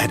At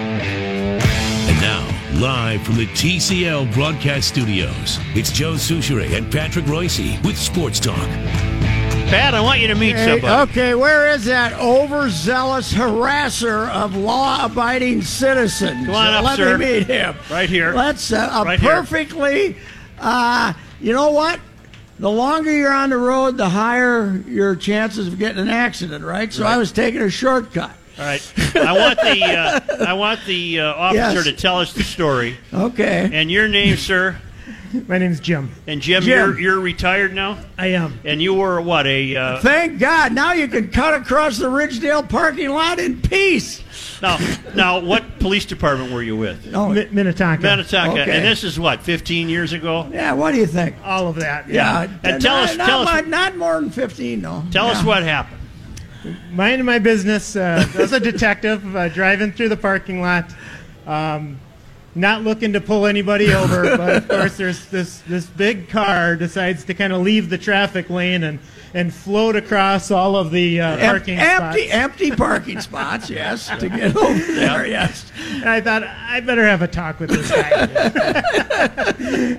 And now, live from the TCL broadcast studios, it's Joe Souchere and Patrick Royce with Sports Talk. Pat, I want you to meet Hey, somebody. okay, where is that overzealous harasser of law-abiding citizens? Come on up, Let sir. me meet him. Right here. Let's uh, a Right here. perfectly. Uh, you know what? The longer you're on the road, the higher your chances of getting an accident. Right. So I was taking a shortcut. All right. I want the uh, I want the uh, officer Yes. to tell us the story. Okay. And your name, sir? My name's Jim. And Jim, Jim. you're you're retired now, I am. and you were what a uh, Thank God! Now you can cut across the Ridgedale parking lot in peace. now now what police department were you with? Oh, Mi- Minnetonka. Manitoka, Okay. and this is what 15 years ago. yeah. What do you think? All of that. Yeah. And tell not, us- not tell us- much- not more than fifteen, no. Tell us Yeah. what happened. Mind my business. Uh, I was a detective uh, driving through the parking lot. Um, not looking to pull anybody over, but of course, there's this, this big car decides to kind of leave the traffic lane and, and float across all of the uh, Em- parking spots. empty, empty parking spots. Yes, to get over there. Yes. And I thought I better have a talk with this guy.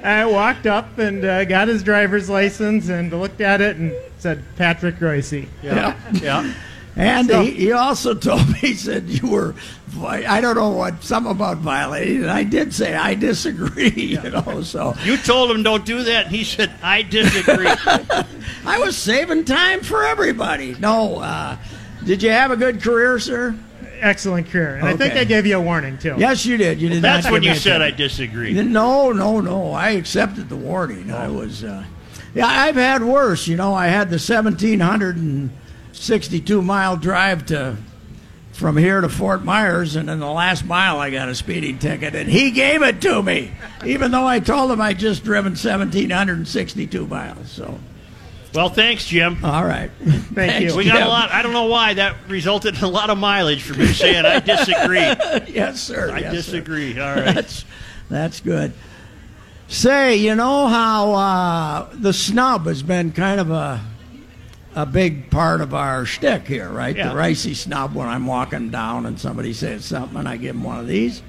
I walked up and uh, got his driver's license and looked at it and said Patrick Royce. Yeah. Yeah. And he, he also told me he said you were, vi- I don't know what some about violating, and I did say I disagree. You know, so You told him don't do that, and he said I disagree. I was saving time for everybody. No, uh, did you have a good career, sir? Excellent career. And I think Okay. I gave you a warning too. Yes, you did. You did. That's not when give you me a said ticket. I disagree. No, no, no. I accepted the warning. I was, uh, yeah, I've had worse. You know, I had the 1,762 mile drive to from here to Fort Myers, and in the last mile, I got a speeding ticket, and he gave it to me, even though I told him I just driven 1,762 miles. So, Well, thanks, Jim. all right. Thank you. We got Jim. a lot. I don't know why that resulted in a lot of mileage from you saying I disagree. I Yes, sir. yes, sir. disagree. All right. that's that's good. Say, you know how uh, the snub has been kind of a a big part of our shtick here, right? Yeah. The ricey snub when I'm walking down and somebody says something and I give them one of these.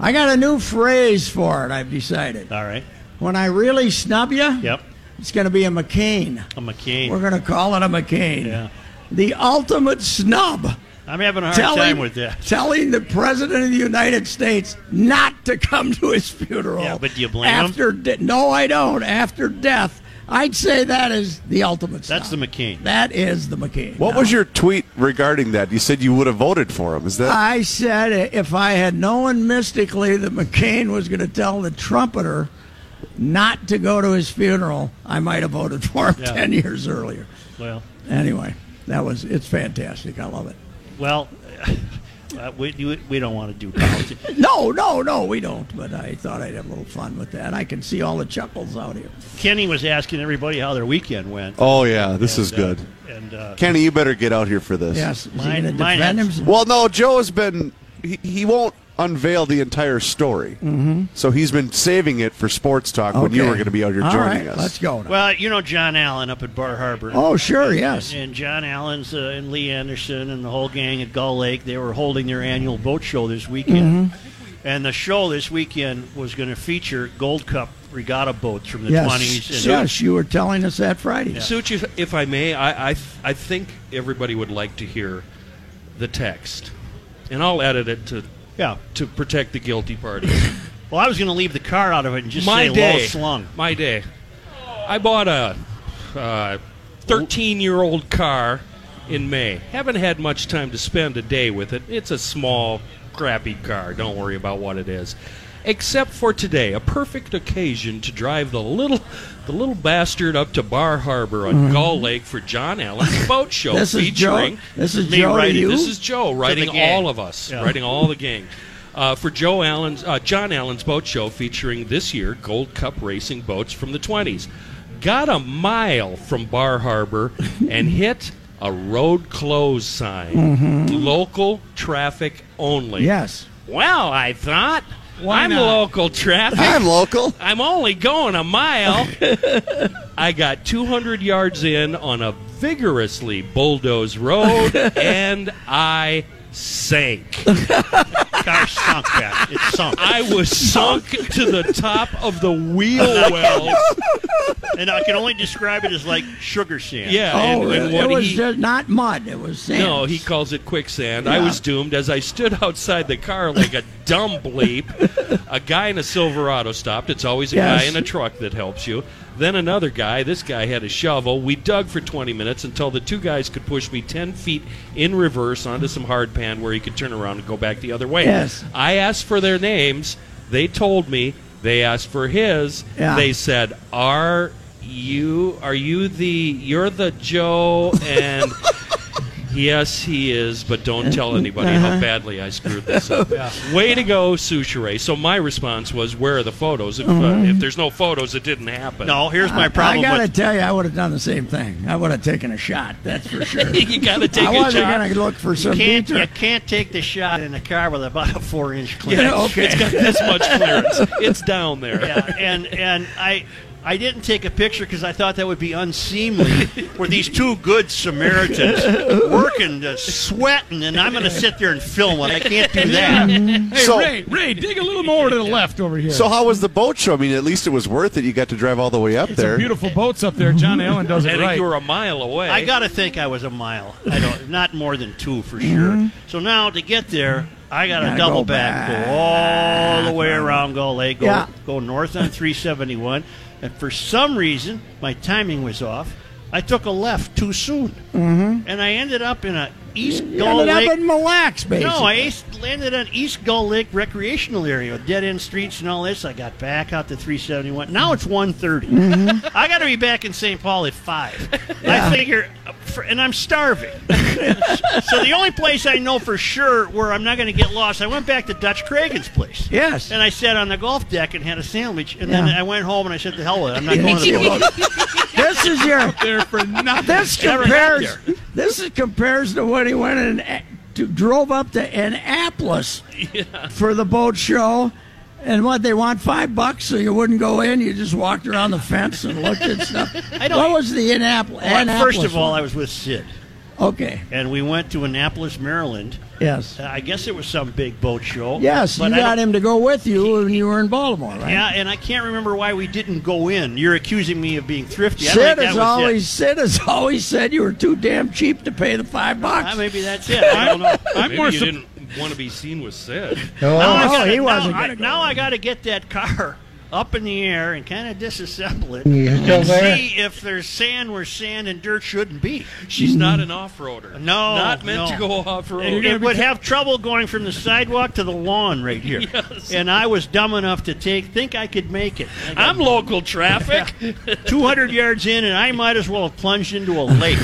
I got a new phrase for it. I've decided. All right. When I really snub you, Uh. Yep. it's going to be a McCain. I'm a king. We're going to call it a McCain. Yeah. The ultimate snub I'm having a hard time telling, with that. telling the president of the United States not to come to his funeral. Yeah, but do you blame him? after De- no, I don't. After death, I'd say that is the ultimate. That's the snub. McCain. That is the McCain. What Now, was your tweet regarding that? You said you would have voted for him. Is that I said if I had known mystically that McCain was going to tell the trumpeter not to go to his funeral, I might have voted for him Yeah. ten years earlier. Well, Anyway, that was it's fantastic. I love it. well, uh, we, you- we don't want to do politics. No, no, no, we don't. But I thought I'd have a little fun with that. I can see all the chuckles out here. Kenny was asking everybody how their weekend went. Oh yeah, this is Uh, good. and uh, Kenny, you better get out here for this. Yes, is he Mine- gonna mine defend has- himself? Well, no, Joe has been he, he won't unveil the entire story. Mm-hmm. So he's been saving it for sports talk when you Okay. were going to be out here All right, joining us. Let's go. Now. well, you know John Allen up at Bar Harbor. oh, sure, yes. And John Allen's uh, and Mm-hmm. Lee Anderson and the whole gang at Gull Lake, they were holding their annual boat show this weekend. And the show this weekend was going to feature Gold Cup regatta boats from the yes, 20s. And yes, you were telling us that Friday. Such, if, if I may, I, I, th- I think everybody would like to hear the text, and I'll edit it to Yeah. to protect the guilty party. Well, I was going to leave the car out of it and just my say day, low slung. my day. I bought a uh, 13-year-old car in May. Haven't had much time to spend a day with it. It's a small, crappy car. Don't worry about what it is. Except for today, a perfect occasion to drive the little, the little bastard up to Bar Harbor on Gull Lake for John Allen's boat show Mm-hmm. This is featuring Joe. This is me Joe. to writing- you. this is Joe writing gang. all of us, Yeah. writing all the gang. Uh, for Joe Allen's uh, John Allen's boat show featuring this year Gold Cup racing boats from the 20s. Got a mile from Bar Harbor and hit a road close sign. Local traffic only. Mm-hmm. yes. Well, I thought Why I'm not? local traffic. I'm local. I'm only going a mile. I got 200 yards in on a vigorously bulldozed road, and I sank. Car sunk, Pat. It sunk. I was sunk to the top of the wheel Oh well. and I can only describe it as like sugar sand. Yeah, Oh, and, it and what was he- just not mud. It was sand. No, he calls it quicksand. I Yeah. was doomed as I stood outside the car like a dumb bleep. a guy in a Silverado stopped. It's always a Yes. guy in a truck that helps you. Then another guy. This guy had a shovel. We dug for 20 minutes until the two guys could push me 10 feet in reverse onto some hard pan where he could turn around and go back the other way. Yes. I asked for their names. They told me. They asked for his. Yeah. They said, "Are you are you the you're the Joe and Yes, he is, but don't tell anybody how badly I screwed this up. Way to go, Souchere. So my response was, "Where are the photos? If, uh, if there's no photos, it didn't happen." No, here's my I problem gotta with tell you, I would have done the same thing. I would have taken a shot. That's for sure. you got to take I a shot. wasn't gonna look for some can't, detour. you can't take the shot in a car with about a four inch clearance. Yeah, Oh. okay. It's got this much clearance. It's down there. yeah, and and I I didn't take a picture because I thought that would be unseemly. Were these two good Samaritans working, uh, sweating, and I'm going to sit there and film it? I can't do that. Hey, So- Ray, Ray, dig a little more to the left over here. So how was the boat show? I mean, at least it was worth it. You got to drive all the way up there. Some beautiful boats up there. John Allen does I it think right. you were a mile away. I got to think I was a mile. I don't, not more than two for sure. So now to get there. I got to Mm-hmm. Gotta double go back, back. go all the way around Gull Lake, go, Yeah. go north on 371. And for some reason, my timing was off. I took a left too soon. Mm-hmm. And I ended up in a East You Gull ended Lake up in Mille Lacs, basically. No, I east- landed on East Gull Lake recreational area with dead end streets and all this. I got back out to 371. Now it's 130. Mm-hmm. I got to be back in St. Paul at 5. I figure, for, and I'm starving. so the only place I know for sure where I'm not going to get lost, I went back to Dutch Cragen's place. Yes. And I sat on the golf deck and had a sandwich, and then Yeah. I went home and I said, "The hell with it! I'm not going to the golf." this is your. there for nothing. This Never got compares. there. This is compares to when he went and a- to, drove up to Annapolis for the boat show, and what they want five bucks so you wouldn't go in. You just walked around the fence and looked at stuff. what was the Annapolis? Well, Annapolis first of all, one? I was with Sid, okay. and we went to Annapolis, Maryland. Yes. Uh, I guess it was some big boat show. Yes, but you I got don't- him to go with you when you were in Baltimore, right? Yeah, and I can't remember why we didn't go in. You're accusing me of being thrifty. I don't Sid think that has was always It. Sid has always said you were too damn cheap to pay the five bucks. Ah, maybe that's it. I don't know. I'm Maybe more you you didn't want to be seen with Sid. now I no, gotta, Oh, he now wasn't I, gonna go now in. I got to get that car up in the air and kind of disassemble it and see if there's sand where sand and dirt shouldn't be. She's not an off-roader. No, not meant no. to go off-road. It, it would have trouble going from the sidewalk to the lawn right here. And I was dumb enough to take think I could make it. I got I'm local traffic. 200 yards in, and I might as well have plunged into a lake.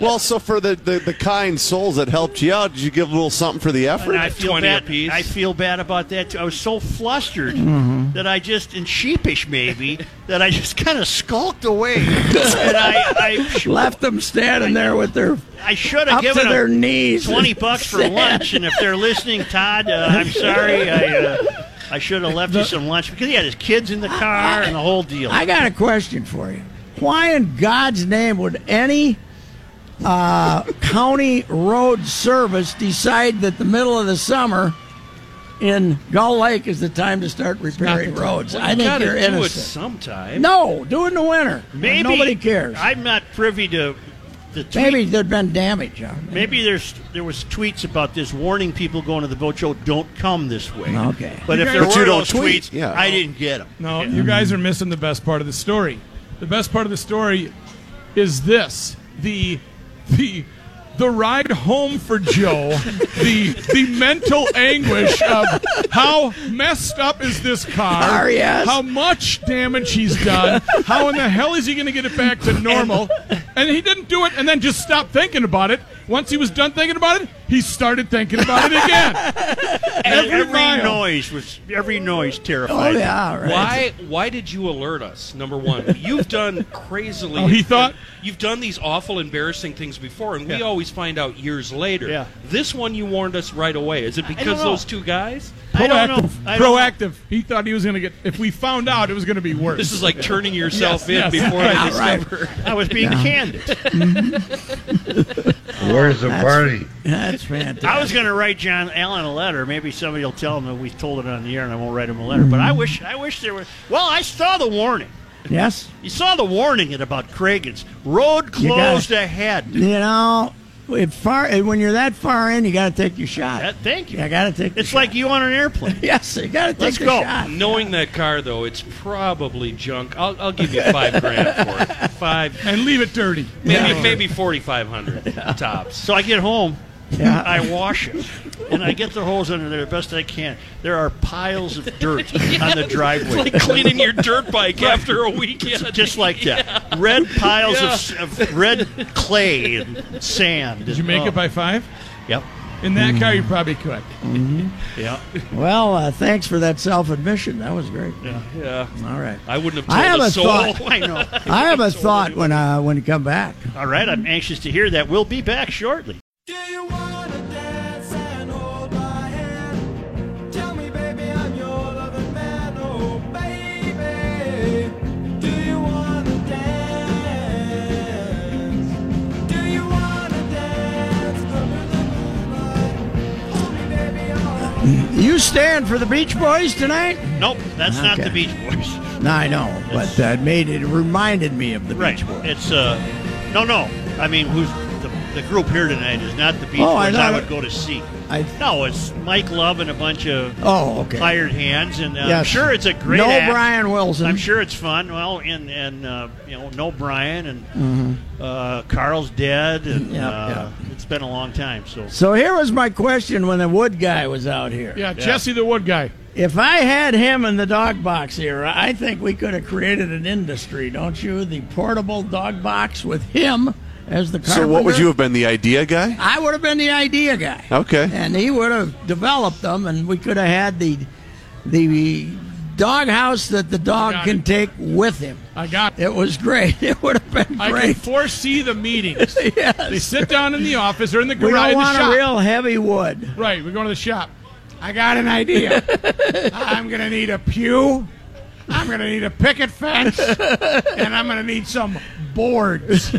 well, so for the, the, the kind souls that helped you out, did you give a little something for the effort? And I feel 20 bad. apiece. I feel bad about that too. I was so flustered Mm-hmm. that I just, and sheepish maybe, that I just kind of skulked away. and I, I, sh- Left them standing there with their I should have up to given their them knees. twenty bucks for lunch. And if they're listening, Todd, uh, I'm sorry. I, uh, I should have left you some lunch because he had his kids in the car and the whole deal. I got a question for you. Why in God's name would any uh, County Road Service decide that the middle of the summer in Gull Lake is the time to start repairing roads. I think gotta you're do it innocent. sometime. No, do it in the winter. when Maybe nobody cares. I'm not privy to the tweet. Maybe Maybe, there'd been damage. Huh? there's there was tweets about this warning people going to the boat show don't come this way. Okay. But if But there you were don't those tweet, tweets, yeah. I didn't get them. No, you guys are missing the best part of the story. The best part of the story is this: the the the ride home for Joe, the the mental anguish of how messed up is this car, Car, yes. how much damage he's done, how in the hell is he going to get it back to normal? And he didn't do it, and then just stopped thinking about it. Once he was done thinking about it, he started thinking about it again. And every mile. noise was every noise Oh terrified. me. yeah, all right. Why? Why did you alert us? Number one, you've done crazily. Oh, he thought- you've done these awful, embarrassing things before, and we Yeah. always find out years later. Yeah. This one you warned us right away. Is it because know. those two guys? I don't know. Proactive. I don't know. Proactive. He thought he was going to get. If we found out, it was going to be worse. This is like turning yourself Yes, in yes. before Yeah, I right. discover. I was being candid. Where's the party? That's fantastic. I was going to write John Allen a letter. Maybe somebody will tell him that we told it on the air, and I won't write him a letter. But Mm. I wish, I wish there were. Well, I saw the warning. yes. You saw the warning at about Craigan's road You got closed it. ahead. You know, if far when you're that far in, you got to take your shot. That, thank you. you got to take. the It's like shot. you on an airplane. yes, you got to take Let's the go. shot. Knowing that car, though, it's probably junk. I'll, I'll give you five grand for it. Five, and leave it dirty. maybe maybe forty five hundred tops. So I get home, Yeah. I wash it, and I get the hose under there the best I can. There are piles of dirt on the driveway. Like cleaning your dirt bike after a weekend. just like that, red piles Yeah. of s of, red clay and sand. Did you make it by five? Yep. In that car, you probably could. Yeah. Well, uh, thanks for that self admission. That was great. Yeah. All right. I wouldn't have I told have a a soul. thought. Oh, I know. I have a thought when uh, when you come back. All right, I'm anxious to hear that. We'll be back shortly. You stand for the Beach Boys tonight? Nope, that's not Okay. the Beach Boys. No, I know, but uh, it made it reminded me of the Right. Beach Boys. It's uh no no. I mean who's the, the group here tonight is not the Beach Oh, I Boys I, thought- would go to see. I- no, it's Mike Love and a bunch of Oh, okay. hired hands and uh, I'm Yes. sure it's a great No act. Brian Wilson. I'm sure it's fun. Well, and and uh, you know, no Brian and uh, Carl's dead and Mm-hmm. Yeah, uh, it's been a long time so So here was my question when the wood guy was out here. Yeah, Jesse the Wood guy. If I had him in the dog box era, I think we could have created an industry, don't you? The portable dog box with him as the carpenter. So what would you have been, the idea guy? I would have been the idea guy. Okay. And he would have developed them, and we could have had the the dog house that the dog Got can it. take with him. I got. It was great. It would have been I can great. foresee the meetings. They yes. sit down in the office or in the We garage. don't in the want a shop. real heavy wood. right, we're going to the shop. I got an idea. I'm going to need a pew. I'm going to need a picket fence. And I'm going to need some boards.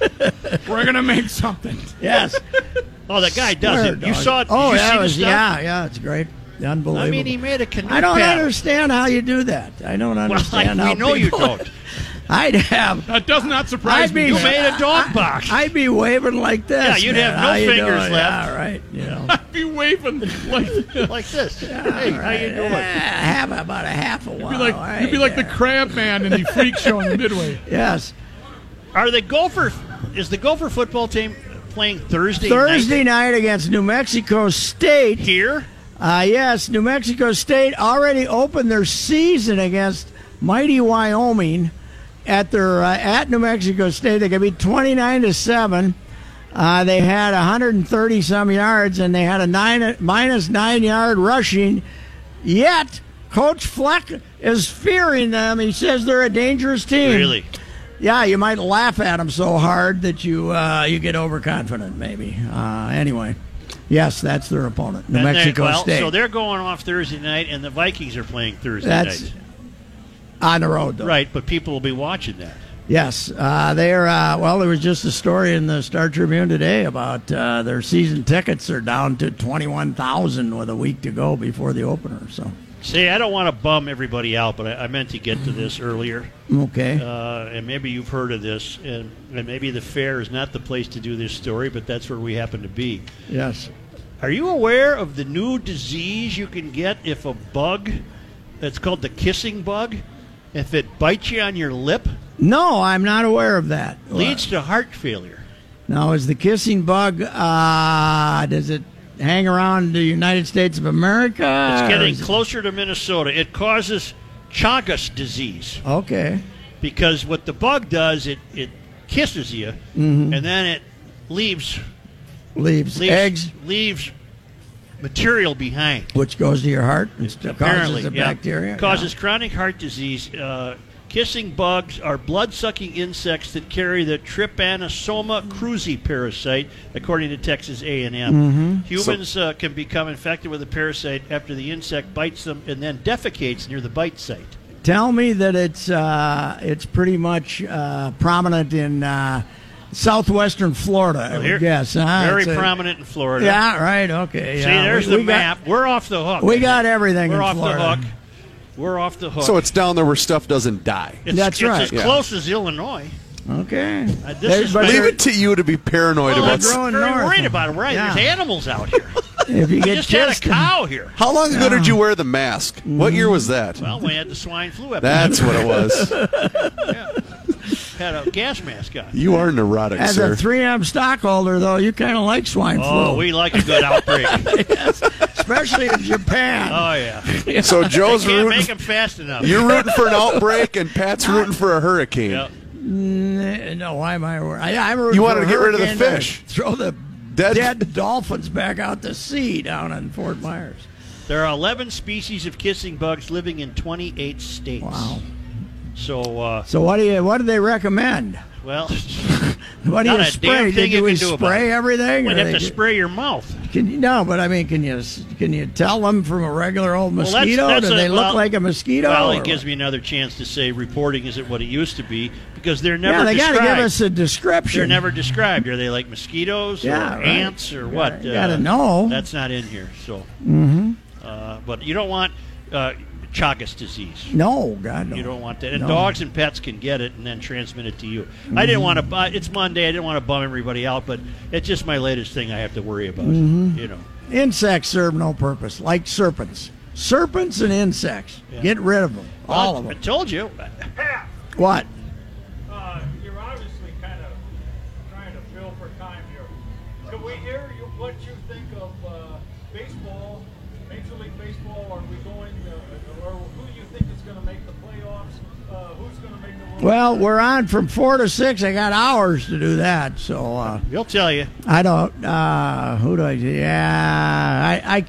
we're going to make something. Yes. Oh, that guy does Swear, it. You dog. saw it. Did Oh, you yeah, see it the was, stuff? yeah, yeah, it's great. Unbelievable. I mean, he made a canoe. I don't paddle. understand how you do that. I don't Well, I, understand how we know you people- don't. I'd have. That does not surprise I'd me. be- You made a dog box. I'd be waving like this. Yeah, you'd man. have no How you fingers doing? left. Yeah, right. You know. I'd be waving like this. like this. hey, how you doing? Yeah, have about a half a while. You'd be like, All you'd be right, like the crab man in the freak show in the midway. yeah. Yes. Are the Gopher? Is the Gopher football team playing Thursday? Thursday night night against New Mexico State. here. Uh, yes, New Mexico State already opened their season against mighty Wyoming at their uh, at New Mexico State. They could be twenty nine to seven. Uh, they had 130 some yards and they had a nine minus nine yard rushing. Yet Coach Fleck is fearing them. He says they're a dangerous team. Really? Yeah, you might laugh at them so hard that you uh, you get overconfident. Maybe. Uh, anyway, yes, that's their opponent, New And they- Mexico well, State. So they're going off Thursday night, and the Vikings are playing Thursday That's night. on the road, though. Right, but people will be watching that. Yes, uh, they are. Uh, well, there was just a story in the Star Tribune today about uh, their season tickets are down to twenty-one thousand with a week to go before the opener. So, See, I don't want to bum everybody out, but I, I meant to get to this earlier. okay, Uh, and maybe you've heard of this, and, and maybe the fair is not the place to do this story, but that's where we happen to be. yes, Are you aware of the new disease you can get if a bug, it's called the kissing bug, if it bites you on your lip, no, I'm not aware of that. leads to heart failure? Now, is the kissing bug? Uh, does it hang around the United States of America? It's or getting is it- closer to Minnesota. It causes Chagas disease Okay. because what the bug does, it, it kisses you, Mm-hmm. and then it leaves, Leaves, leaves eggs, leaves material behind. which goes to your heart, and st- Apparently, causes the yeah. bacteria. Causes chronic heart disease. Uh, kissing bugs are blood-sucking insects that carry the Trypanosoma cruzi parasite, according to Texas A&M. Mm-hmm. Humans uh, can become infected with the parasite after the insect bites them and then defecates near the bite site. Yeah. Tell me that it's uh, it's pretty much uh, prominent in uh, southwestern Florida. I would Here- guess. Huh? very uh-huh. It's a- prominent in Florida. Yeah. Right. Okay. See, yeah. there's We- the we got- map. We're off the hook. we got everything We're in off Florida. the hook. We're off the hook. So it's down there where stuff doesn't die. it's, That's it's right, as yeah. close as Illinois. Okay. Uh, this There's- is but better- Leave it to you to be paranoid Well, I'm about. they're s- growing very north. worried about it. Right? Yeah. There's animals out here. if you We get just had a kissed, cow here. How long ago did you wear the mask? What year was that? Well, we had the swine flu episode. That's what it was. had a gas mask on. You are neurotic, as sir. a 3M stockholder, though, you kind of like swine Oh, flu, we like a good outbreak. oh especially in Japan. yeah, so Joe's can't make rooting. them fast enough. You're rooting for an outbreak, and Pat's rooting for a hurricane. Yep. N- Mm, No, why am I worried? I, I'm rooting You for wanted a to get rid of the hurricane fish. Throw the Dead- dead. dolphins back out to sea down in Fort Myers. There are 11 species of kissing bugs living in 28 states. Wow. So, uh, So what do you? What do they recommend? well, What do Not you a spray? damn Did thing you we can do about spray it. everything? or we'd have they to ju- spray your mouth. Can you, no, but I mean, can you s- can you tell them from a regular old Well, that's- mosquito? that's do a- they well, look like a mosquito? Well, or it gives what? me another chance to say reporting isn't what it used to be because they're never Yeah, they gotta described. give us a description. they're never described. Are they like mosquitoes Yeah, or right. ants or You what? Uh, gotta- you gotta know. Mm-hmm. That's not in here. So, uh, but you don't want uh, Chagas disease. No, God, no. You don't want that. And No. dogs and pets can get it and then transmit it to you. I didn't want to. Mm-hmm. bu- It's Monday. I didn't want to bum everybody out, but it's just my latest thing I have to worry about. Mm-hmm. You know. Insects serve no purpose, like serpents. Serpents and insects. Yeah. Get rid of them, all of I them. told you. What? Uh, you're obviously kind of trying to fill for time here. Can we hear you, what you think of uh, baseball, Major League Baseball? Are we going, uh, or who do you think is going to make the playoffs? Uh, who's going to make the World Well, we're on from four to six. I got hours to do that, so uh, He'll tell you. I don't. Uh, who do I? Yeah, I,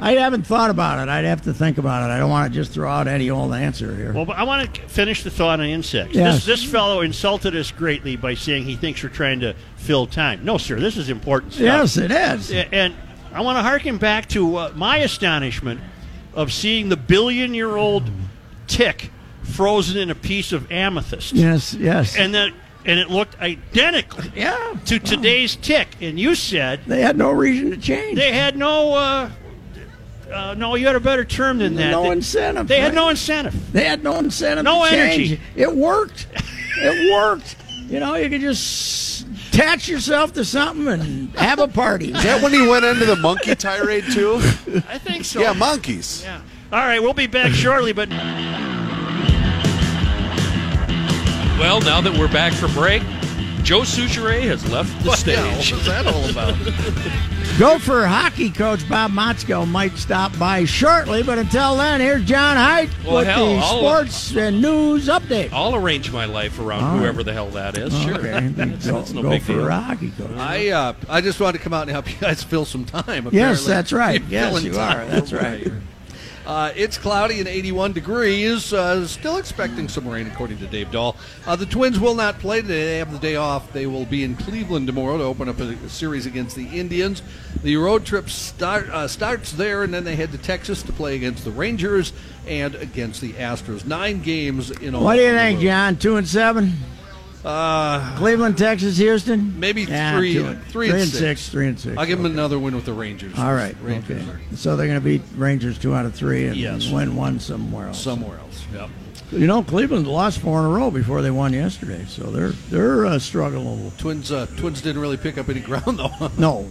I, I haven't thought about it. I'd have to think about it. I don't want to just throw out any old answer here. Well, but I want to finish the thought on insects. Yes. This, this fellow insulted us greatly by saying he thinks we're trying to fill time. No, sir. This is important stuff. yes, it is. A- and I want to harken back to uh, my astonishment of seeing the billion-year-old tick frozen in a piece of amethyst, Yes, yes. and that and it looked identical yeah, to today's tick. And you said they had no reason to change. they had no. Uh, uh, no, you had a better term than that. No They- incentive, They had right? no incentive. They had no incentive. No to change. energy. It worked. It worked. You know, you could just attach yourself to something and have a party. Is that when he went into the monkey tirade too? I think so. Yeah, monkeys. Yeah. All right, we'll be back shortly, but Well, now that we're back for break, Joe Souchere has left the What the hell stage. was that all about? Gopher hockey coach Bob Motzko might stop by shortly, but until then, here's John Height Well, with hell, the I'll- sports and news update. I'll arrange my life around whoever the hell that is. Sure. Okay, That's, go, that's no go big for deal. a hockey coach. I uh, I just wanted to come out and help you guys fill some time. Apparently. Yes, that's right. You're Yes, filling you time. are. That's right. Uh, it's cloudy and 81 degrees. Uh, still expecting some rain, according to Dave Dahl. Uh, the Twins will not play today. They have the day off. They will be in Cleveland tomorrow to open up a, a series against the Indians. The road trip start, uh, starts there, and then they head to Texas to play against the Rangers and against the Astros. Nine games in all. What do you on the think, road. John? Two and seven. Uh, Cleveland, Texas, Houston. Maybe Yeah, three, two three, and, six. Three and six. I'll give them another win with the Rangers. All right. Rangers okay. are So they're going to beat Rangers two out of three and Yes. win one somewhere else. somewhere else. Yep. You know, Cleveland lost four in a row before they won yesterday, so they're they're uh, struggling a little. Twins. Uh, Twins didn't really pick up any ground though. No,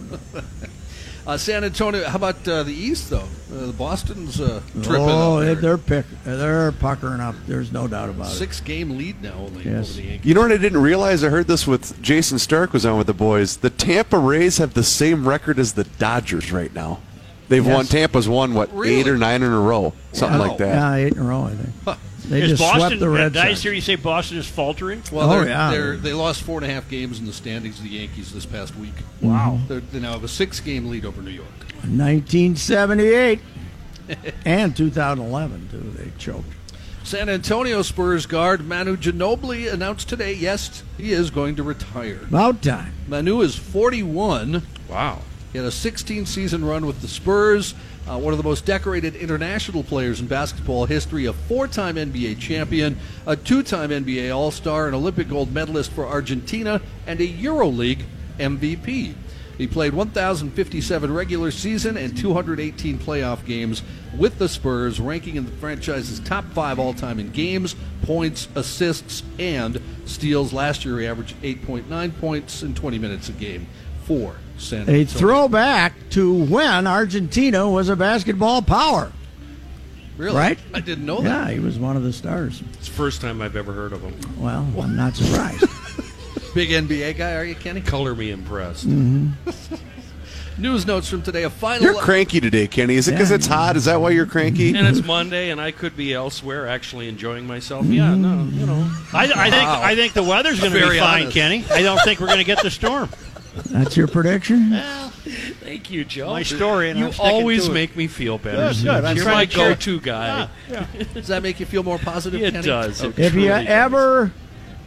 Uh, San Antonio. How about uh, the East though? Uh, the Boston's uh, tripping. oh, up there. they're pick they're puckering up. There's no doubt about it. six game lead now only Yes. over the Yankees. You know what I didn't realize? I heard this with Jason Stark was on with the boys. The Tampa Rays have the same record as the Dodgers right now. They've Yes. won. Tampa's won what eight Really? or nine in a row, something Wow. like that. Yeah, eight in a row, I think. They Is just Boston? swept the Red did I Sox. hear you say Boston is faltering? Well, Oh, they're, yeah. they're, they lost four and a half games in the standings to the Yankees this past week. Wow. They're, they now have a six game lead over New York. 1978 and 2011 too. They choked. San Antonio Spurs guard Manu Ginobili announced today, yes, he is going to retire. About time. Manu is 41. Wow. He had a 16 season run with the Spurs, uh, one of the most decorated international players in basketball history, a four time NBA champion, a two time NBA All Star, an Olympic gold medalist for Argentina, and a EuroLeague MVP. He played 1,057 regular season and 218 playoff games with the Spurs, ranking in the franchise's top five all time in games, points, assists, and steals. Last year, he averaged 8.9 points in 20 minutes a game for San A Antonio. throwback to when Argentina was a basketball power. Really? Right? I didn't know that. Yeah, he was one of the stars. It's the first time I've ever heard of him. Well, I'm not surprised. Big NBA guy, are you, Kenny? Color me impressed. News notes from today. A final. You're cranky today, Kenny. Is it because Yeah. it's hot? Is that why you're cranky? And it's Monday, and I could be elsewhere actually enjoying myself. Yeah, no, you know. I, I think I think the weather's going to Very be fine, honest. Kenny. I don't think we're going to get the storm. That's your prediction? Thank you, Joe. My story, and you I'm sticking always to it. make me feel better. Good, good. I'm You're trying my to cheer- go-to guy. Does that make you feel more positive? It Kenny? does. It If you truly does. ever,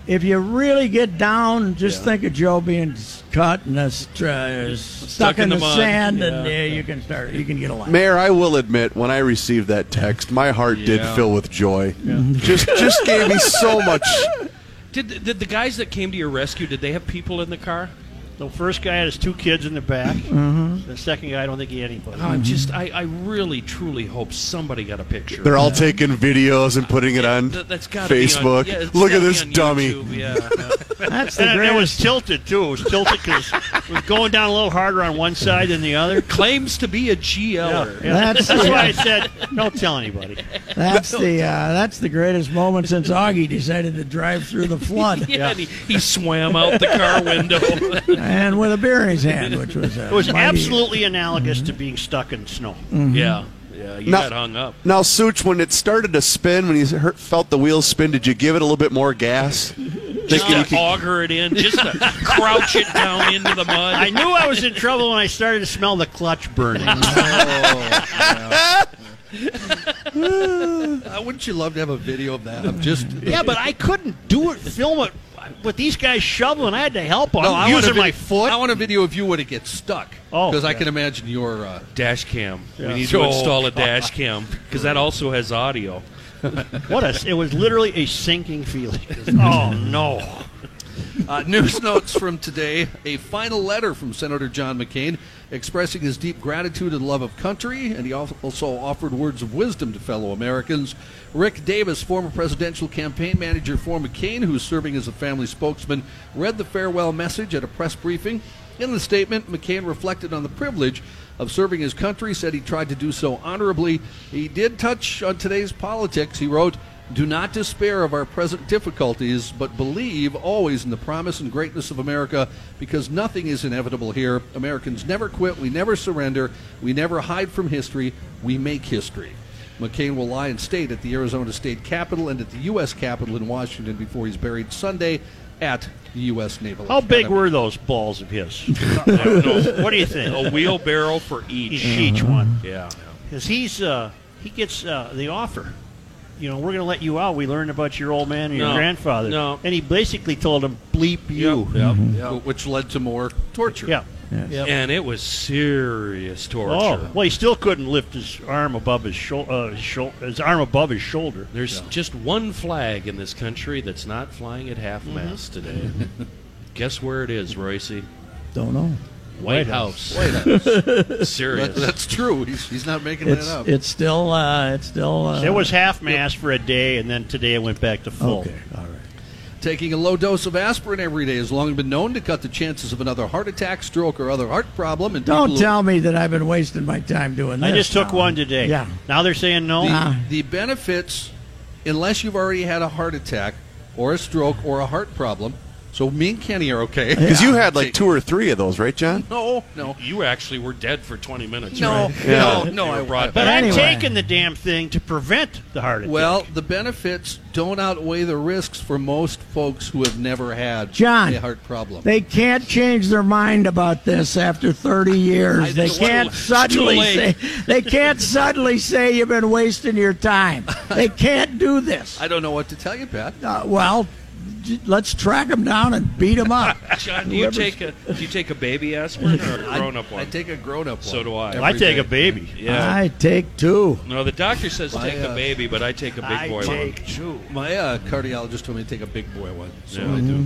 if you really get down, just think of Joe being s- cut and uh, st- uh, stuck, Stuck in in the, the mud. sand, and Yeah. yeah, you can start. You can get a lot. Mayor, I will admit, when I received that text, my heart did Yeah. fill with joy. Just, just gave me so much. Did did the guys that came to your rescue? Did they have people in the car? The first guy had his two kids in the back. Mm-hmm. The second guy, I don't think he had anybody. Oh, Mm-hmm. I'm just I, I really truly hope somebody got a picture. They're all taking videos and putting it on Th- that's gotta be on- Facebook. yeah, it's Look at gotta be this on dummy. YouTube, yeah. That's the and it, it was greatest. tilted too. It was tilted because it was going down a little harder on one side than the other. Claims to be a GLer. Yeah. That's That's why I the, said don't tell anybody. that's the uh, that's the greatest moment since Augie decided to drive through the flood Yeah, and he, he swam out the car window. and with a beer in his hand, which was uh, It was absolutely analogous to being stuck in snow. Mm. Mm-hmm. yeah, yeah, you No. got hung up. Now, Such, when it started to spin, when you heard, felt the wheels spin, did you give it a little bit more gas? Just Thinking you to could- auger it in, just to crouch it down into the mud. I knew I was in trouble when I started to smell the clutch burning. Uh, wouldn't you love to have a video of that? I'm just. yeah, but I couldn't do it, film it with these guys shoveling. I had to help them. No, I you was want a in my vid- foot. I want a video of you when it gets stuck. Oh, because I yeah. can imagine your. Uh, dash cam. Yeah. We need Oh, to install a dash cam because that also has audio. What a! It was literally a sinking feeling. oh no! uh, news notes from today: a final letter from Senator John McCain expressing his deep gratitude and love of country, and he al- also offered words of wisdom to fellow Americans. Rick Davis, former presidential campaign manager for McCain, who's serving as a family spokesman, read the farewell message at a press briefing. In the statement, McCain reflected on the privilege of serving his country, said he tried to do so honorably. He did touch on today's politics. He wrote, Do not despair of our present difficulties, but believe always in the promise and greatness of America because nothing is inevitable here. Americans never quit. We never surrender. We never hide from history. We make history. McCain will lie in state at the Arizona State Capitol and at the U.S. Capitol in Washington before he's buried Sunday at the U.S. Naval How big Academy. were those balls of his? what do you think? A wheelbarrow for each. Each one. Mm-hmm. Yeah. Because he's uh, he gets uh, the offer. You know, we're going to let you out. We learned about your old man and your No, grandfather. no. And he basically told him, bleep you. Yep, yep. Which led to more torture. Yeah. Mm-hmm. And it was serious torture. Oh, well, he still couldn't lift his arm above his shoulder. Uh, his, shou- his arm above his shoulder. There's just one flag in this country that's not flying at half Mm-hmm. mast today. Guess where it is, Royce? Don't know. White House. White House. That- Serious. that's true. He's, he's not making It's that up. it's still uh, it's still. Uh, it was half mast for a day, and then today it went back to full. Okay, all right. Taking a low dose of aspirin every day has long been known to cut the chances of another heart attack, stroke, or other heart problem. And Don't people who- tell me that I've been wasting my time doing I this. just took now. one today. Yeah. Now they're saying no. The, Ah. the benefits, unless you've already had a heart attack or a stroke or a heart problem. So me and Kenny are okay. Because you had like two or three of those, right, John? No, no. You actually were dead for 20 minutes. No, right? no, You no, were I- brought I- But back. I'm anyway. taking the damn thing to prevent the heart attack. Well, the benefits don't outweigh the risks for most folks who have never had John, a heart problem. They can't change their mind about this after 30 years. I- they it's can't too- it's too suddenly say late. they can't suddenly say you've been wasting your time. They can't do this. I don't know what to tell you, Pat. Uh, well, j- let's track them down and beat them up. John, do you Whoever's- take a do you take a baby aspirin or a I- grown up one? I take a grown up one. So do I. every I take day. a baby. yeah. I take two. no, the doctor says I, take a uh, baby, but I take a big I boy one. take two. My uh, cardiologist told me to take a big boy one. So Yeah. I do.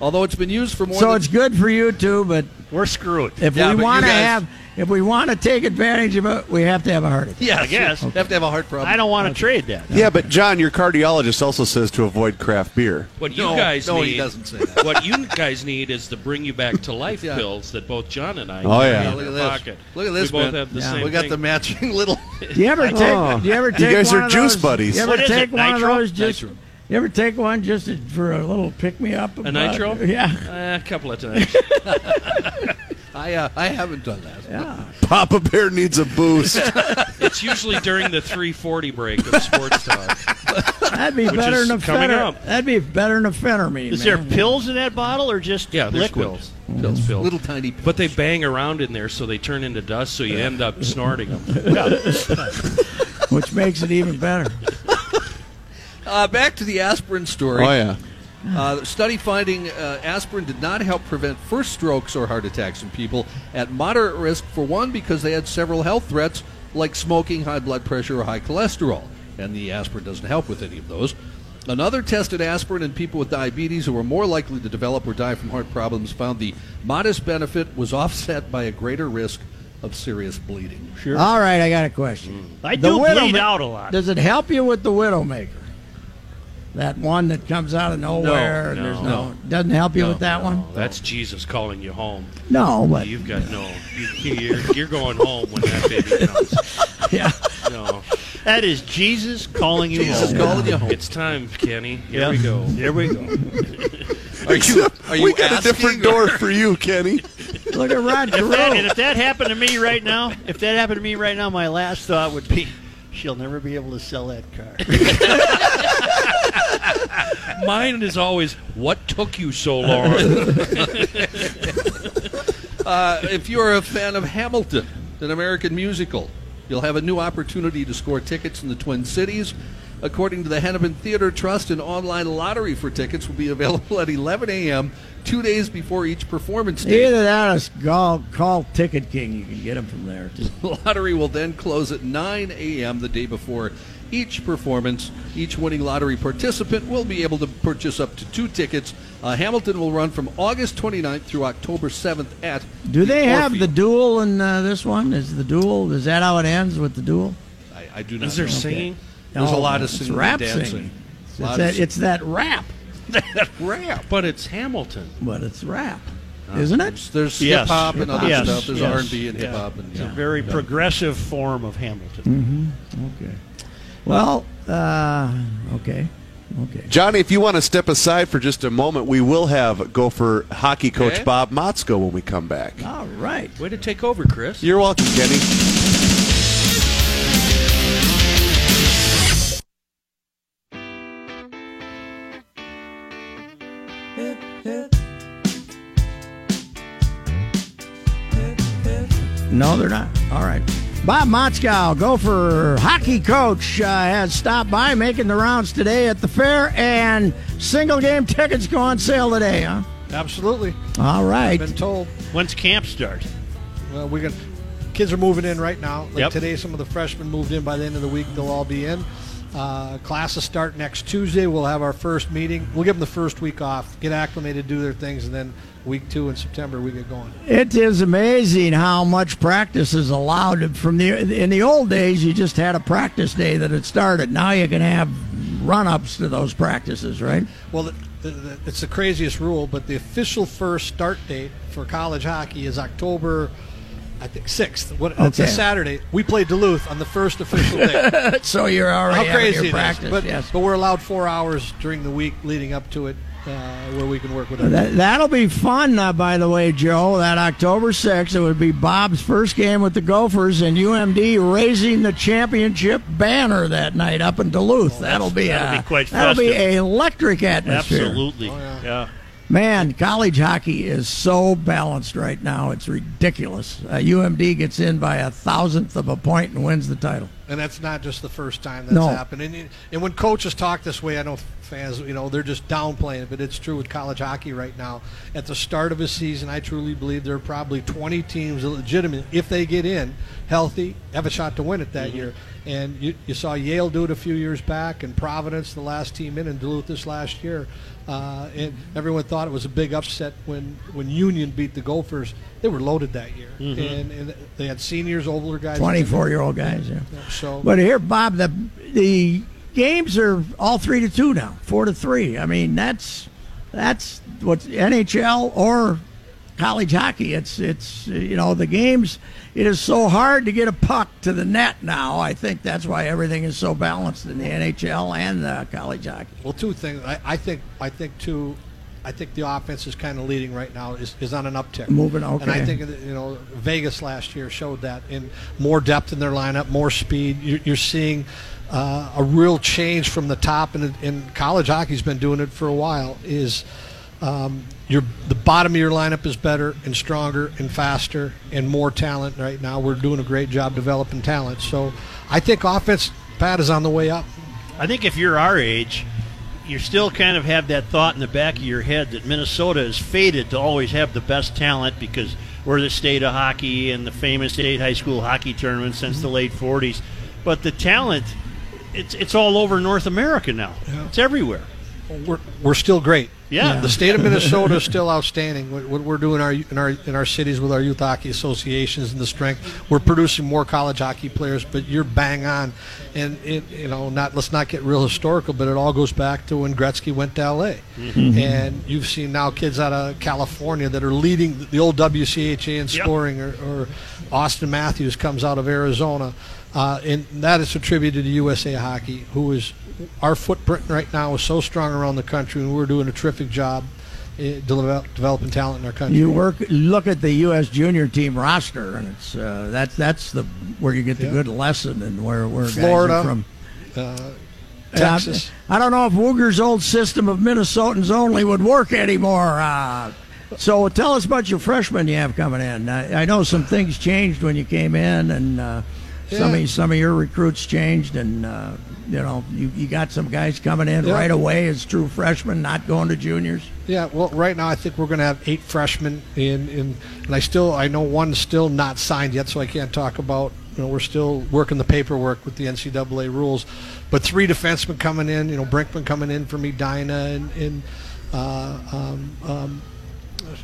Although it's been used for more So than it's good for you too, but We're screwed. if Yeah, but we you want to guys- have if we want to take advantage of it, we have to have a heart attack. yeah, I guess. You have to have a heart problem. I don't want to trade that. Yeah, but John, your cardiologist also says to avoid craft beer. What No, you guys no, need he doesn't say that. What you guys need is the bring you back to life Yeah. pills that both John and I Oh, carry yeah. Yeah, in look our at this. pocket. Look at this. We both man. have the Yeah. same We got thing. the matching little. Do you ever take? Oh. Do you ever You take? guys one are of juice those- buddies. You ever What is take it, one nitro? of those just? Nitro. You ever take one just to- for a little pick me up? A nitro? Yeah. Uh, a couple of times. I uh, I haven't done that. Papa Bear needs a boost. it's usually during the 340 break of sports talk. That'd be Which better is than a coming fenner. up. That'd be better than a fenner meeting. Is there pills in that bottle or just Yeah, there's liquid? pills. Pills, pills. Little tiny. Pills. But they bang around in there, so they turn into dust. So you end up snorting them. which makes it even better. uh, back to the aspirin story. Oh yeah. Uh, study finding uh, aspirin did not help prevent first strokes or heart attacks in people at moderate risk, for one, because they had several health threats like smoking, high blood pressure, or high cholesterol, and the aspirin doesn't help with any of those. Another tested aspirin in people with diabetes who were more likely to develop or die from heart problems found the modest benefit was offset by a greater risk of serious bleeding. Sure. All right, I got a question. I The do widow bleed ma- out a lot. Does it help you with the widowmaker? That one that comes out of nowhere and no, there's no, doesn't help you No, with that one. That's Jesus calling you home. No, but You've got no. You, you're, you're going home when that baby comes. yeah, No, That is Jesus calling you Jesus home. calling you home. it's time, Kenny. Here Yeah. we go. Here we go. Are you, are you we got a asking different or- door for you, Kenny. look at Rod If that, and Carew. if that happened to me right now, if that happened to me right now, my last thought would be, she'll never be able to sell that car. Mine is always, what took you so long? Uh, if you're a fan of Hamilton, an American musical, you'll have a new opportunity to score tickets in the Twin Cities. According to the Hennepin Theater Trust, an online lottery for tickets will be available at 11 a.m. two days before each performance day. Either that or s- call, call Ticket King. You can get them from there too. The lottery will then close at 9 a.m. the day before each performance. Each winning lottery participant will be able to purchase up to two tickets. Uh, Hamilton will run from August 29th through October 7th at. Do they have Orpheum. the duel in uh, this one? Is the duel? Is that how it ends with the duel? I, I do not. is there know. singing? There's a lot of it's singing and rap dancing. singing. It's Lot of that, singing. it's that rap, Rap. Uh-huh. But it's Hamilton. but it's rap, isn't it? There's hip Yes. hop and other Yes. stuff. There's Yes. R&B and hip hop and It's a yeah. Mm. very progressive form of Hamilton. Okay. Well, uh, okay, okay. Johnny, if you want to step aside for just a moment, we will have go for hockey coach Okay. Bob Motzko when we come back. All right. Way to take over, Chris. You're welcome, Kenny. No, they're not. All right. Bob Motzkow, Gopher hockey coach, uh, has stopped by making the rounds today at the fair, and single game tickets go on sale today, huh? Absolutely. All I've right. been told. When's camp start? Well, we're gonna. Kids are moving in right now. Like Yep. today, some of the freshmen moved in. By the end of the week, they'll all be in. Uh, classes start next Tuesday. We'll have our first meeting. We'll give them the first week off, get acclimated, do their things, and then week two in September we get going. It is amazing how much practice is allowed from the in the old days you just had a practice day that it started. Now you can have run-ups to those practices, right? Well, the, the, the, it's the craziest rule, but the official first start date for college hockey is October, I think sixth. What, It's a Okay. Saturday. We played Duluth on the first official day. So you're already How having crazy your it is. practice, But, yes. but we're allowed four hours during the week leading up to it, uh, where we can work with That, that'll be fun, uh, by the way, Joe. That October 6th, it would be Bob's first game with the Gophers and UMD raising the championship banner that night up in Duluth. that'll be that'll a, be quite that'll be festive. a electric atmosphere. Absolutely. yeah. Man, college hockey is so balanced right now; it's ridiculous. Uh, UMD gets in by a thousandth of a point and wins the title. And that's not just the first time that's No. happened. And, and when coaches talk this way, I know fans, you know, they're just downplaying it, but it's true with college hockey right now. At the start of a season, I truly believe there are probably 20 teams that legitimate, if they get in healthy, have a shot to win it that year. And you, you saw Yale do it a few years back, and Providence, the last team in, and Duluth this last year. Uh, and everyone thought it was a big upset when, when Union beat the Gophers. They were loaded that year. Mhm. And, and they had seniors, older guys. 24-year-old guys, yeah. So, But here, Bob, the the games are all three to two now, four to three. I mean, that's that's what NHL or college hockey. It's it's you know the games. It is so hard to get a puck to the net now. I think that's why everything is so balanced in the NHL and the college hockey. Well, two things. I, I think. I think two. I think the offense is kind of leading right now. Is, is on an uptick. Moving, And I okay. think that, you know Vegas last year showed that in more depth in their lineup, more speed. You're, you're seeing uh, a real change from the top, and, and college hockey's been doing it for a while. Is um, your the bottom of your lineup is better and stronger and faster and more talent right now. We're doing a great job developing talent. So I think offense, Pat, is on the way up. I think if you're our age, you still kind of have that thought in the back of your head that Minnesota is fated to always have the best talent because we're the state of hockey and the famous state high school hockey tournament since the late 40s. But the talent, it's it's all over North America now. It's everywhere. We're we're still great. Yeah. the state of Minnesota is still outstanding. What, what we're doing our, in our in our cities with our youth hockey associations and the strength, we're producing more college hockey players. But you're bang on, and it, you know, not let's not get real historical, but it all goes back to when Gretzky went to L.A. Mhm. And you've seen now kids out of California that are leading the old WCHA in Yep. scoring, or, or Austin Matthews comes out of Arizona. Uh, and that is attributed to USA Hockey, who is our footprint right now is so strong around the country, and we're doing a terrific job uh, develop, developing talent in our country. You work look at the U.S. junior team roster, and it's uh, that's that's the where you get the Yeah. good lesson and where where guys are Florida, from. uh, And I- Texas. I, don't know if Wooger's old system of Minnesotans only would work anymore. Uh, so tell us about your freshmen you have coming in. I, I know some things changed when you came in, and uh, some Yeah. of some of your recruits changed, and uh, you know you, you got some guys coming in Yeah. right away as true freshmen, not going to juniors. Yeah, Uh, well, right now I think we're going to have eight freshmen in, in, and I still I know one's still not signed yet, so I can't talk about. You know, we're still working the paperwork with the NCAA rules, but three defensemen coming in. You know, Brinkman coming in for Medina and, and uh, um, um,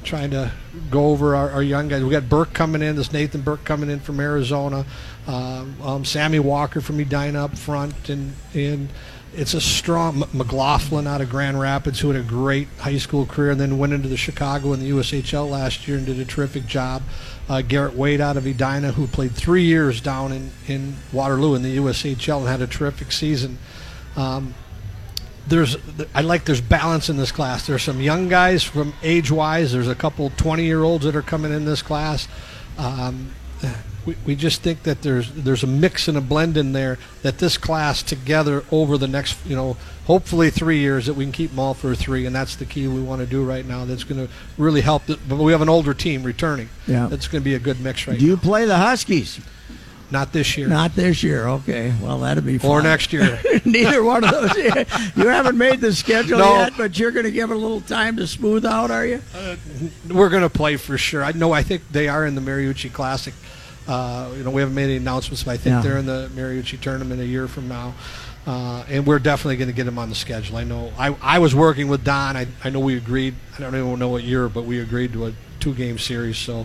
trying to go over our, our young guys. We got Burke coming in. This Nathan Burke coming in from Arizona. Um, um, Sammy Walker from Edina up front, and and it's a strong M- McLaughlin out of Grand Rapids who had a great high school career and then went into the Chicago and the USHL last year and did a terrific job. Uh, Garrett Wade out of Edina who played three years down in in Waterloo in the USHL and had a terrific season. Um, there's I like there's balance in this class. There's some young guys from age wise. There's a couple 20 year olds that are coming in this class. Um, we, we just think that there's there's a mix and a blend in there that this class together over the next you know hopefully three years that we can keep them all for three and that's the key we want to do right now that's going to really help. But we have an older team returning. Yeah. that's going to be a good mix right Do you play the Huskies? Not this year. Not this year. Okay. Well, that'd be fun. Or next year. Neither one of those. you haven't made the schedule No. yet, but you're going to give it a little time to smooth out, are you? We're going to play for sure. I know. I think they are in the Mariucci Classic. Uh, you know, we haven't made any announcements, but I think Yeah. they're in the Mariucci tournament a year from now. Uh, and we're definitely going to get them on the schedule. I know. I, I was working with Don. I, I know we agreed. I don't even know what year, but we agreed to a two game series. So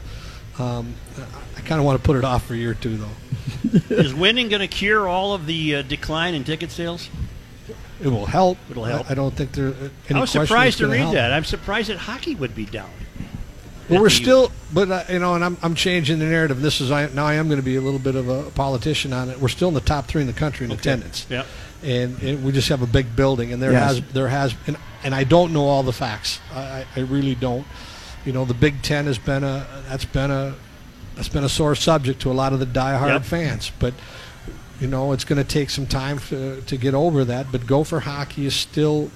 um, I- I kind of want to put it off for a year or two, though. Is winning going to cure all of the uh, decline in ticket sales? It will help. It'll help. I, I don't think there. uh, Any I was question it's surprised to gonna read help. that. I'm surprised that hockey would be down. Well, At we're the- still, but uh, you know, and I'm, I'm changing the narrative. This is I now I am going to be a little bit of a politician on it. We're still in the top three in the country in attendance, Yep. and, and we just have a big building, and there Yes. has there has, and, and I don't know all the facts. I, I I really don't. You know, the Big Ten has been a that's been a that's been a sore subject to a lot of the diehard Yep. fans, but you know it's going to take some time to, to get over that but go for hockey is still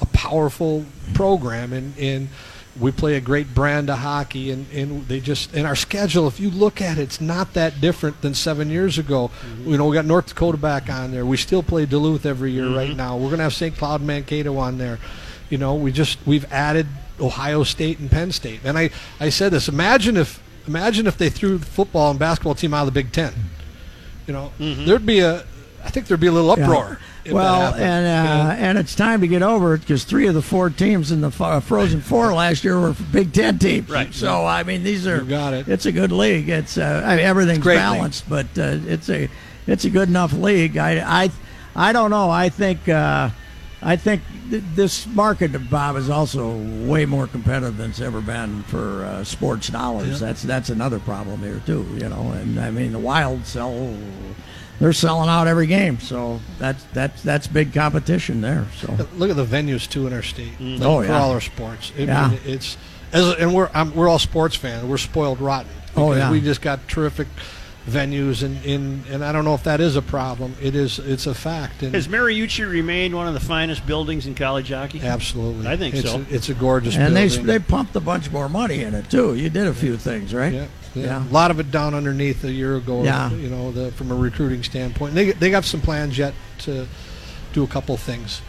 a powerful program and, and we play a great brand of hockey and, and they just and our schedule if you look at it it's not that different than seven years ago you know we got north dakota back on there we still play duluth every year right now we're going to have st cloud and mankato on there you know we just we've added ohio state and penn state and i, I said this imagine if imagine if they threw the football and basketball team out of the big ten you know, Mm-hmm. there'd be a, I think there'd be a little Yeah. uproar. if that Well, happened. and uh, and it's time to get over it because three of the four teams in the fo- uh, Frozen Four last year were Big Ten teams. Right. So I mean, these are You got it. It's a good league. It's uh, I mean, everything's great league. balanced, but uh, it's a it's a good enough league. I I I don't know. I think uh, I think th- this market Bob is also way more competitive than it's ever been for uh, sports dollars. Yeah. That's that's another problem here too. You know, and I mean the Wild sell they're selling out every game. So that's that's that's big competition there. So look at the venues too in our state. Like, Mm-hmm. uh, Oh, for yeah. all our sports. I mean, Yeah. it's as and we're I'm, we're all sports fans. We're spoiled rotten. Oh, because yeah. we just got terrific venues and in and I don't know if that is a problem. It is. It's a fact. And Has Mariucci remained one of the finest buildings in college hockey? absolutely, I think it's so. A, it's a gorgeous. and they building. they pumped a bunch more money in it too. You did a few things, right? Yeah, yeah. A Yeah. lot of it down underneath a year ago. Yeah. You know, the, from a recruiting standpoint, they they got some plans yet to do a couple things.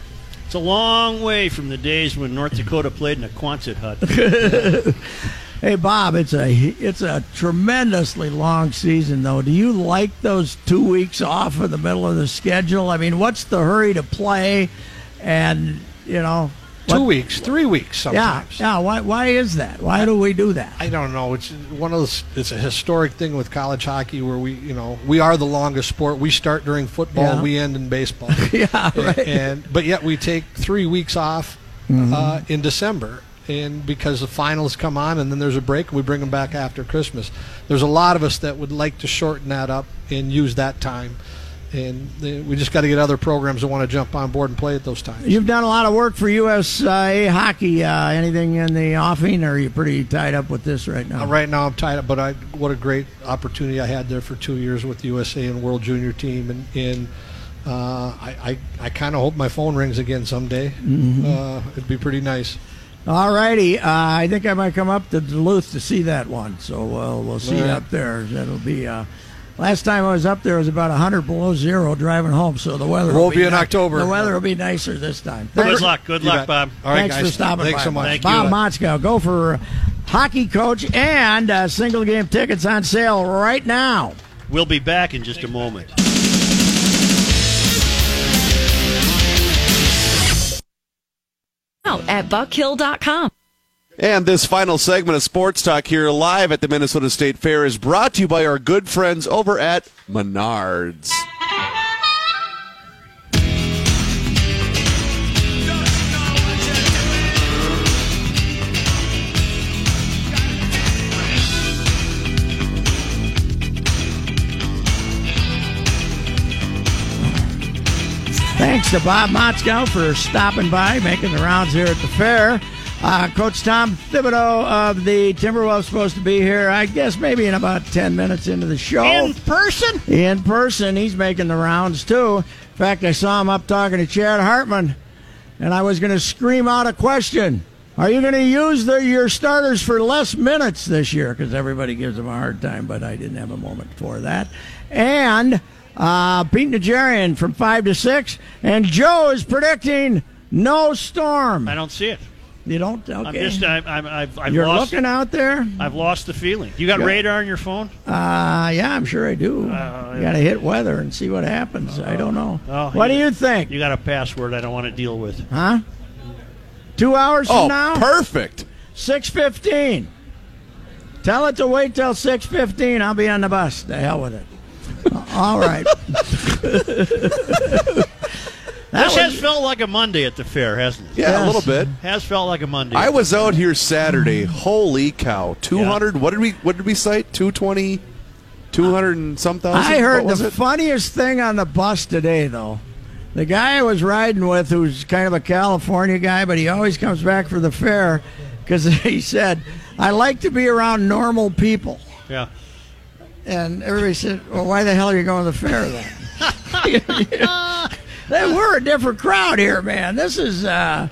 It's a long way from the days when North Dakota played in a Quonset hut. Hey Bob, it's a it's a tremendously long season though. Do you like those two weeks off in the middle of the schedule? I mean, what's the hurry to play? And you know, Two what- weeks, three weeks Yeah, sometimes. yeah. Why why is that? Why do we do that? I don't know. It's one of those. It's a historic thing with college hockey where we, you know, we are the longest sport. We start during football, Yeah. we end in baseball. yeah, right. And but yet we take three weeks off uh, in December, and because the finals come on, and then there's a break, and we bring them back after Christmas. There's a lot of us that would like to shorten that up and use that time, and uh, we just got to get other programs that want to jump on board and play at those times. You've done a lot of work for USA hockey. Uh, anything in the offing, or are you pretty tied up with this right now? Uh, right now, I'm tied up, but I what a great opportunity I had there for two years with the USA and World Junior Team, and, and uh, I I, I kind of hope my phone rings again someday. Mhm. Uh, it'd be pretty nice. All righty. Uh, I think I might come up to Duluth to see that one. So uh, we'll see you All right. up there. That'll be. Uh, last time I was up there, it was about 100 below zero driving home. So the weather It won't be in ni- October. The weather will be nicer this time. Good Thanks- luck. Good You luck, bet. Bob. All right, Thanks guys. for stopping Thanks by. so much. Thank Bob you. Motzko, go for hockey coach and uh, single game tickets on sale right now. We'll be back in just a moment. Out at buckhill.com. And this final segment of Sports Talk here live at the Minnesota State Fair is brought to you by our good friends over at Menards. Thanks to Bob Motzko for stopping by, making the rounds here at the fair. Uh, Coach Tom Thibodeau of the Timberwolves supposed to be here, I guess, maybe in about 10 minutes into the show. In person? In person. He's making the rounds, too. In fact, I saw him up talking to Chad Hartman, and I was going to scream out a question. Are you going to use the, your starters for less minutes this year? Because everybody gives them a hard time, but I didn't have a moment for that. And uh, Pete Najarian from 5 to 6. And Joe is predicting no storm. I don't see it. You don't? Okay. I'm just, I, I'm, I've, I've You're lost, looking out there? I've lost the feeling. You got Yeah. radar on your phone? Uh, yeah, I'm sure I do. Uh, Got to hit weather and see what happens. I don't know. Oh, what do you think? You got a password I don't want to deal with. Huh? Two hours from Oh, now? perfect. 6.15. Tell it to wait till 6.15. I'll be on the bus. The hell with it. All right. this has felt like a Monday at the fair, hasn't it? Yeah, a Yes. little bit. Has felt like a Monday. I was out here Saturday. Holy cow! Two hundred. What did we? What did we cite? 220, 200 and some thousand. I What heard was the it? funniest thing on the bus today, though. The guy I was riding with, who's kind of a California guy, but he always comes back for the fair, because he said, "I like to be around normal people." Yeah. And everybody said, "Well, why the hell are you going to the fair then?" They- we're a different crowd here, man. This is uh,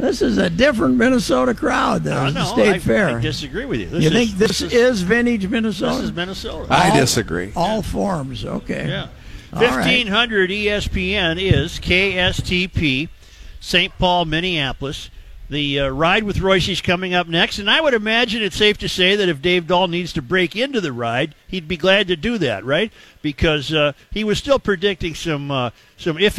this is a different Minnesota crowd. than the Uh, no, state I- fair. I disagree with you. This you is- think this, this is, vintage Minnesota? This is Minnesota. All- disagree. All forms. Okay. Yeah. Ah, All right. 1500 ESPN is KSTP, St. Paul, Minneapolis. The uh, ride with Royce is coming up next, and I would imagine it's safe to say that if Dave Dahl needs to break into the ride, he'd be glad to do that, right? Because uh, he was still predicting some uh, some iffy.